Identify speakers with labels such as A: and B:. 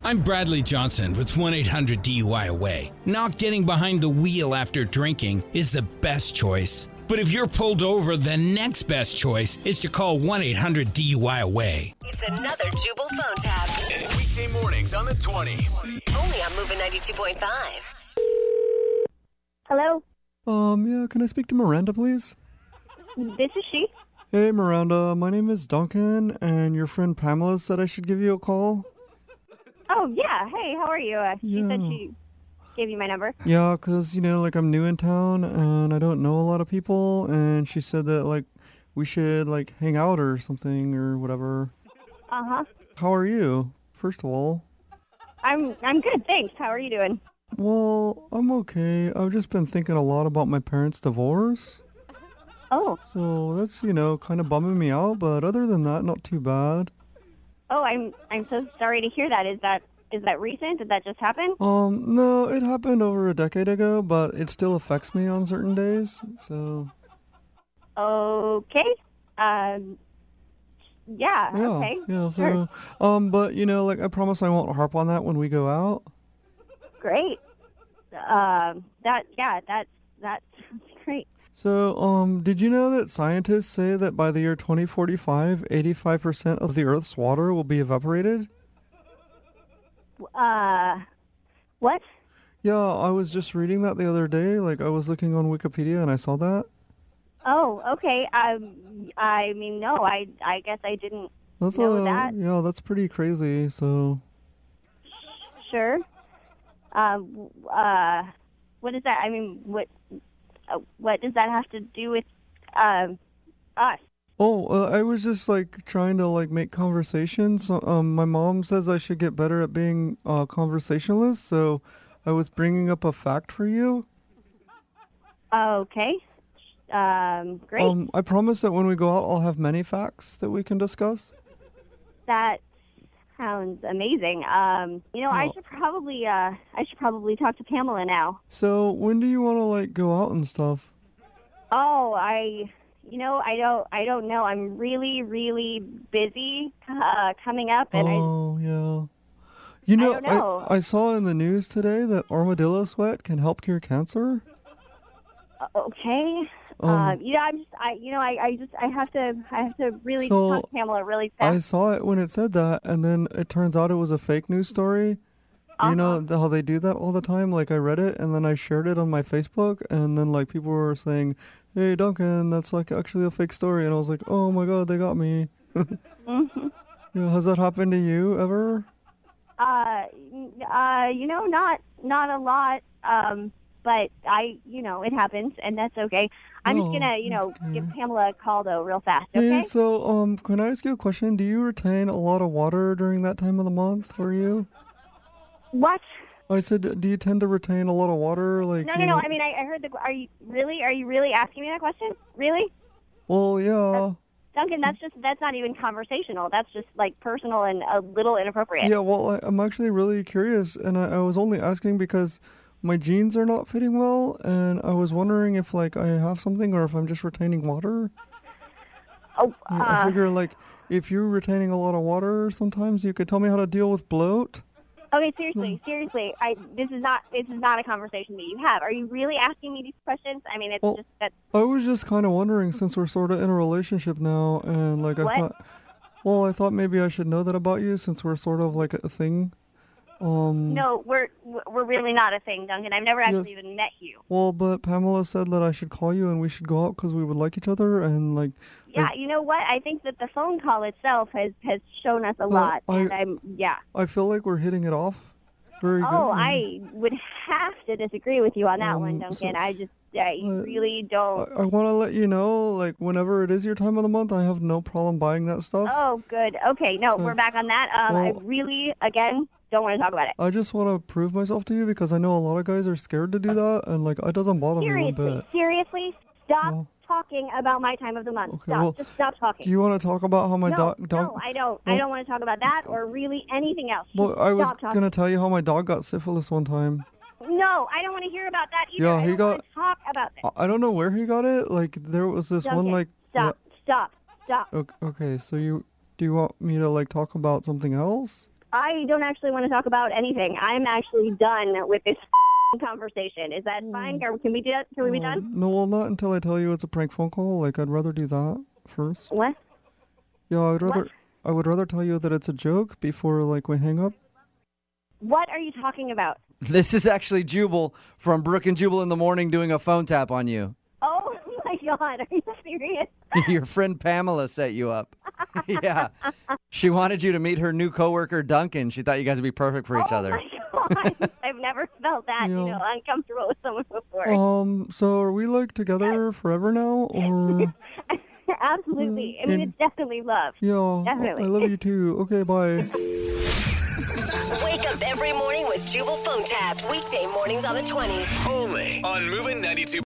A: I'm Bradley Johnson with 1 800 DUI Away. Not getting behind the wheel after drinking is the best choice. But if you're pulled over, the next best choice is to call 1 800 DUI Away.
B: It's another Jubal phone tab.
C: Weekday mornings on the 20s.
B: Only on Moving 92.5.
D: Hello,
E: Um, yeah, can I speak to Miranda, please?
D: this is she.
E: Hey, Miranda, my name is Duncan, and your friend Pamela said I should give you a call.
D: Oh yeah, hey, how are you? Uh, she said
E: Yeah.
D: she gave you my number.
E: Yeah, 'cause, you know, like, I'm new in town, and I don't know a lot of people, and she said that, like, we should, like, hang out or something or whatever.
D: Uh huh.
E: How are you, first of all?
D: I'm I'm good, thanks. How are you doing?
E: Well, I'm okay. I've just been thinking a lot about my parents' divorce.
D: Oh,
E: So that's, you know, kind of bumming me out, but other than that, not too bad.
D: oh, I'm I'm so sorry to hear that. Is that is that recent? Did that just happen?
E: Um, no, it happened over a decade ago, but it still affects me on certain days. So,
D: Okay. Um. Yeah.
E: yeah.
D: okay.
E: Yeah,
D: Sure.
E: so, um, but, you know, like, I promise I won't harp on that when we go out.
D: Great. Um. That. Yeah. That's that sounds great.
E: So, um, did you know that scientists say that by the year 2045, 85% of the Earth's water will be evaporated?
D: Uh. What?
E: Yeah, I was just reading that the other day. Like, I was looking on Wikipedia and I saw that.
D: Oh. Okay. Um. I mean, no. I. I guess I didn't.
E: That's
D: Know
E: uh,
D: that.
E: yeah, that's pretty crazy. So,
D: Sure. Uh, w- uh, what is that? I mean, what uh, what does that have to do with um, us?
E: Oh, uh, I was just like trying to like make conversations. Um, my mom says I should get better at being a conversationalist, so I was bringing up a fact for you.
D: Okay. Um, great.
E: Um, I promise that when we go out, I'll have many facts that we can discuss.
D: that sounds amazing. Um, you know, I
E: Well-
D: should probably uh, I should probably talk to Pamela now.
E: So, when do you want to like go out and stuff?
D: Oh, I. You know, I don't. I don't know. I'm really, really busy uh, coming up, and I.
E: Oh, yeah. You know,
D: don't know.
E: I, I saw in the news today that armadillo sweat can help cure cancer.
D: Okay.
E: Um,
D: Um, you know, I'm just, I, you know, I, I just, I have to, I have to really
E: So,
D: talk to Pamela really
E: I
D: fast.
E: saw it when it said that, and then it turns out it was a fake news story. You know
D: Uh-huh.
E: th- how they do that all the time? Like, I read it and then I shared it on my Facebook, and then, like, people were saying, Hey, Duncan, that's like actually a fake story. And I was like, Oh my god, they got me.
D: Mm-hmm.
E: yeah, has that happened to you ever?
D: Uh, n- uh, you know, not, not a lot. Um, but I, you know, it happens, and that's okay. I'm
E: Oh,
D: just gonna, you know,
E: okay.
D: give Pamela a call though, real fast. Okay.
E: Hey, so, um, can I ask you a question? Do you retain a lot of water during that time of the month for you?
D: What?
E: I said, Do you tend to retain a lot of water? Like,
D: No,
E: you
D: no, no.
E: know-
D: I mean, I, I heard the. Are you really? Are you really asking me that question? Really,
E: well, yeah.
D: Uh, Duncan? That's just. That's not even conversational. That's just like personal and a little inappropriate.
E: Yeah, well, I, I'm actually really curious, and I, I was only asking because my jeans are not fitting well, and I was wondering if like I have something or if I'm just retaining water.
D: Oh,
E: I- I
D: uh,
E: figure like if you're retaining a lot of water, sometimes you could tell me how to deal with bloat.
D: Okay, seriously,
E: Hmm.
D: seriously. I this is not this is not a conversation that you have. Are you really asking me these questions? I mean, it's
E: Well-
D: just that.
E: I was just kind of wondering since we're sort of in a relationship now, and like
D: What?
E: I thought, well, I thought maybe I should know that about you since we're sort of like a thing. Um,
D: No, we're we're really not a thing, Duncan. I've never actually
E: Yes.
D: even met you.
E: Well, but Pamela said that I should call you and we should go out because we would like each other and like
D: Yeah, you know what? I think that the phone call itself has has shown us a lot,
E: I-
D: and I'm yeah.
E: I feel like we're hitting it off. Very good.
D: Oh, I would have to disagree with you on that one,
E: Um, so-
D: Duncan. I just I
E: Uh,
D: really don't.
E: I, want to let you know, like, whenever it is your time of the month, I have no problem buying that stuff.
D: Oh, good. Okay, no,
E: so-
D: we're back on that. Um, I
E: well-
D: really again don't want to talk about it.
E: I just want to prove myself to you because I know a lot of guys are scared to do that, and like, it doesn't bother me one
D: Uh, Seriously,
E: bit.
D: seriously, stop
E: Well-
D: talking about my time of the month.
E: Okay,
D: stop.
E: well,
D: Just stop talking.
E: Do you want to talk about how my
D: no,
E: dog? dog
D: no, I don't. I
E: well-
D: don't want to talk about that or really anything else.
E: well,
D: Just
E: I was
D: stop talking.
E: gonna tell you how my dog got syphilis one time.
D: No, I don't want to hear about that either.
E: Yeah,
D: I
E: he
D: don't want to
E: got-
D: talk about this.
E: I, I don't know where he got it. Like, there was this
D: Duncan,
E: one, like,
D: stop, stop, stop.
E: yeah, okay, okay, so you do you want me to like talk about something else?
D: I don't actually want to talk about anything. I'm actually done with this conversation. Is that
E: Mm.
D: fine? Or can we do that? Can we be done?
E: No, well, not until I tell you it's a prank phone call. Like, I'd rather do that first.
D: What?
E: Yeah, I would rather.
D: What?
E: I would rather tell you that it's a joke before like we hang up.
D: What are you talking about?
F: This is actually Jubal from Brook and Jubal in the Morning doing a phone tap on you.
D: Oh my God, are you serious?
F: Your friend Pamela set you up. yeah. She wanted you to meet her new coworker Duncan. She thought you guys would be perfect for each
D: oh
F: other.
D: my God, I've never felt that you
E: Yeah.
D: know uncomfortable with someone before.
E: Um, so are we like together forever now, or
D: Absolutely. I mean,
E: mm, and-
D: it's definitely love.
E: yeah?
D: Definitely.
E: I love you too. Okay, bye.
B: Wake up every morning with Jubal phone tabs. Weekday mornings on the 20s.
C: Only on Moving 92.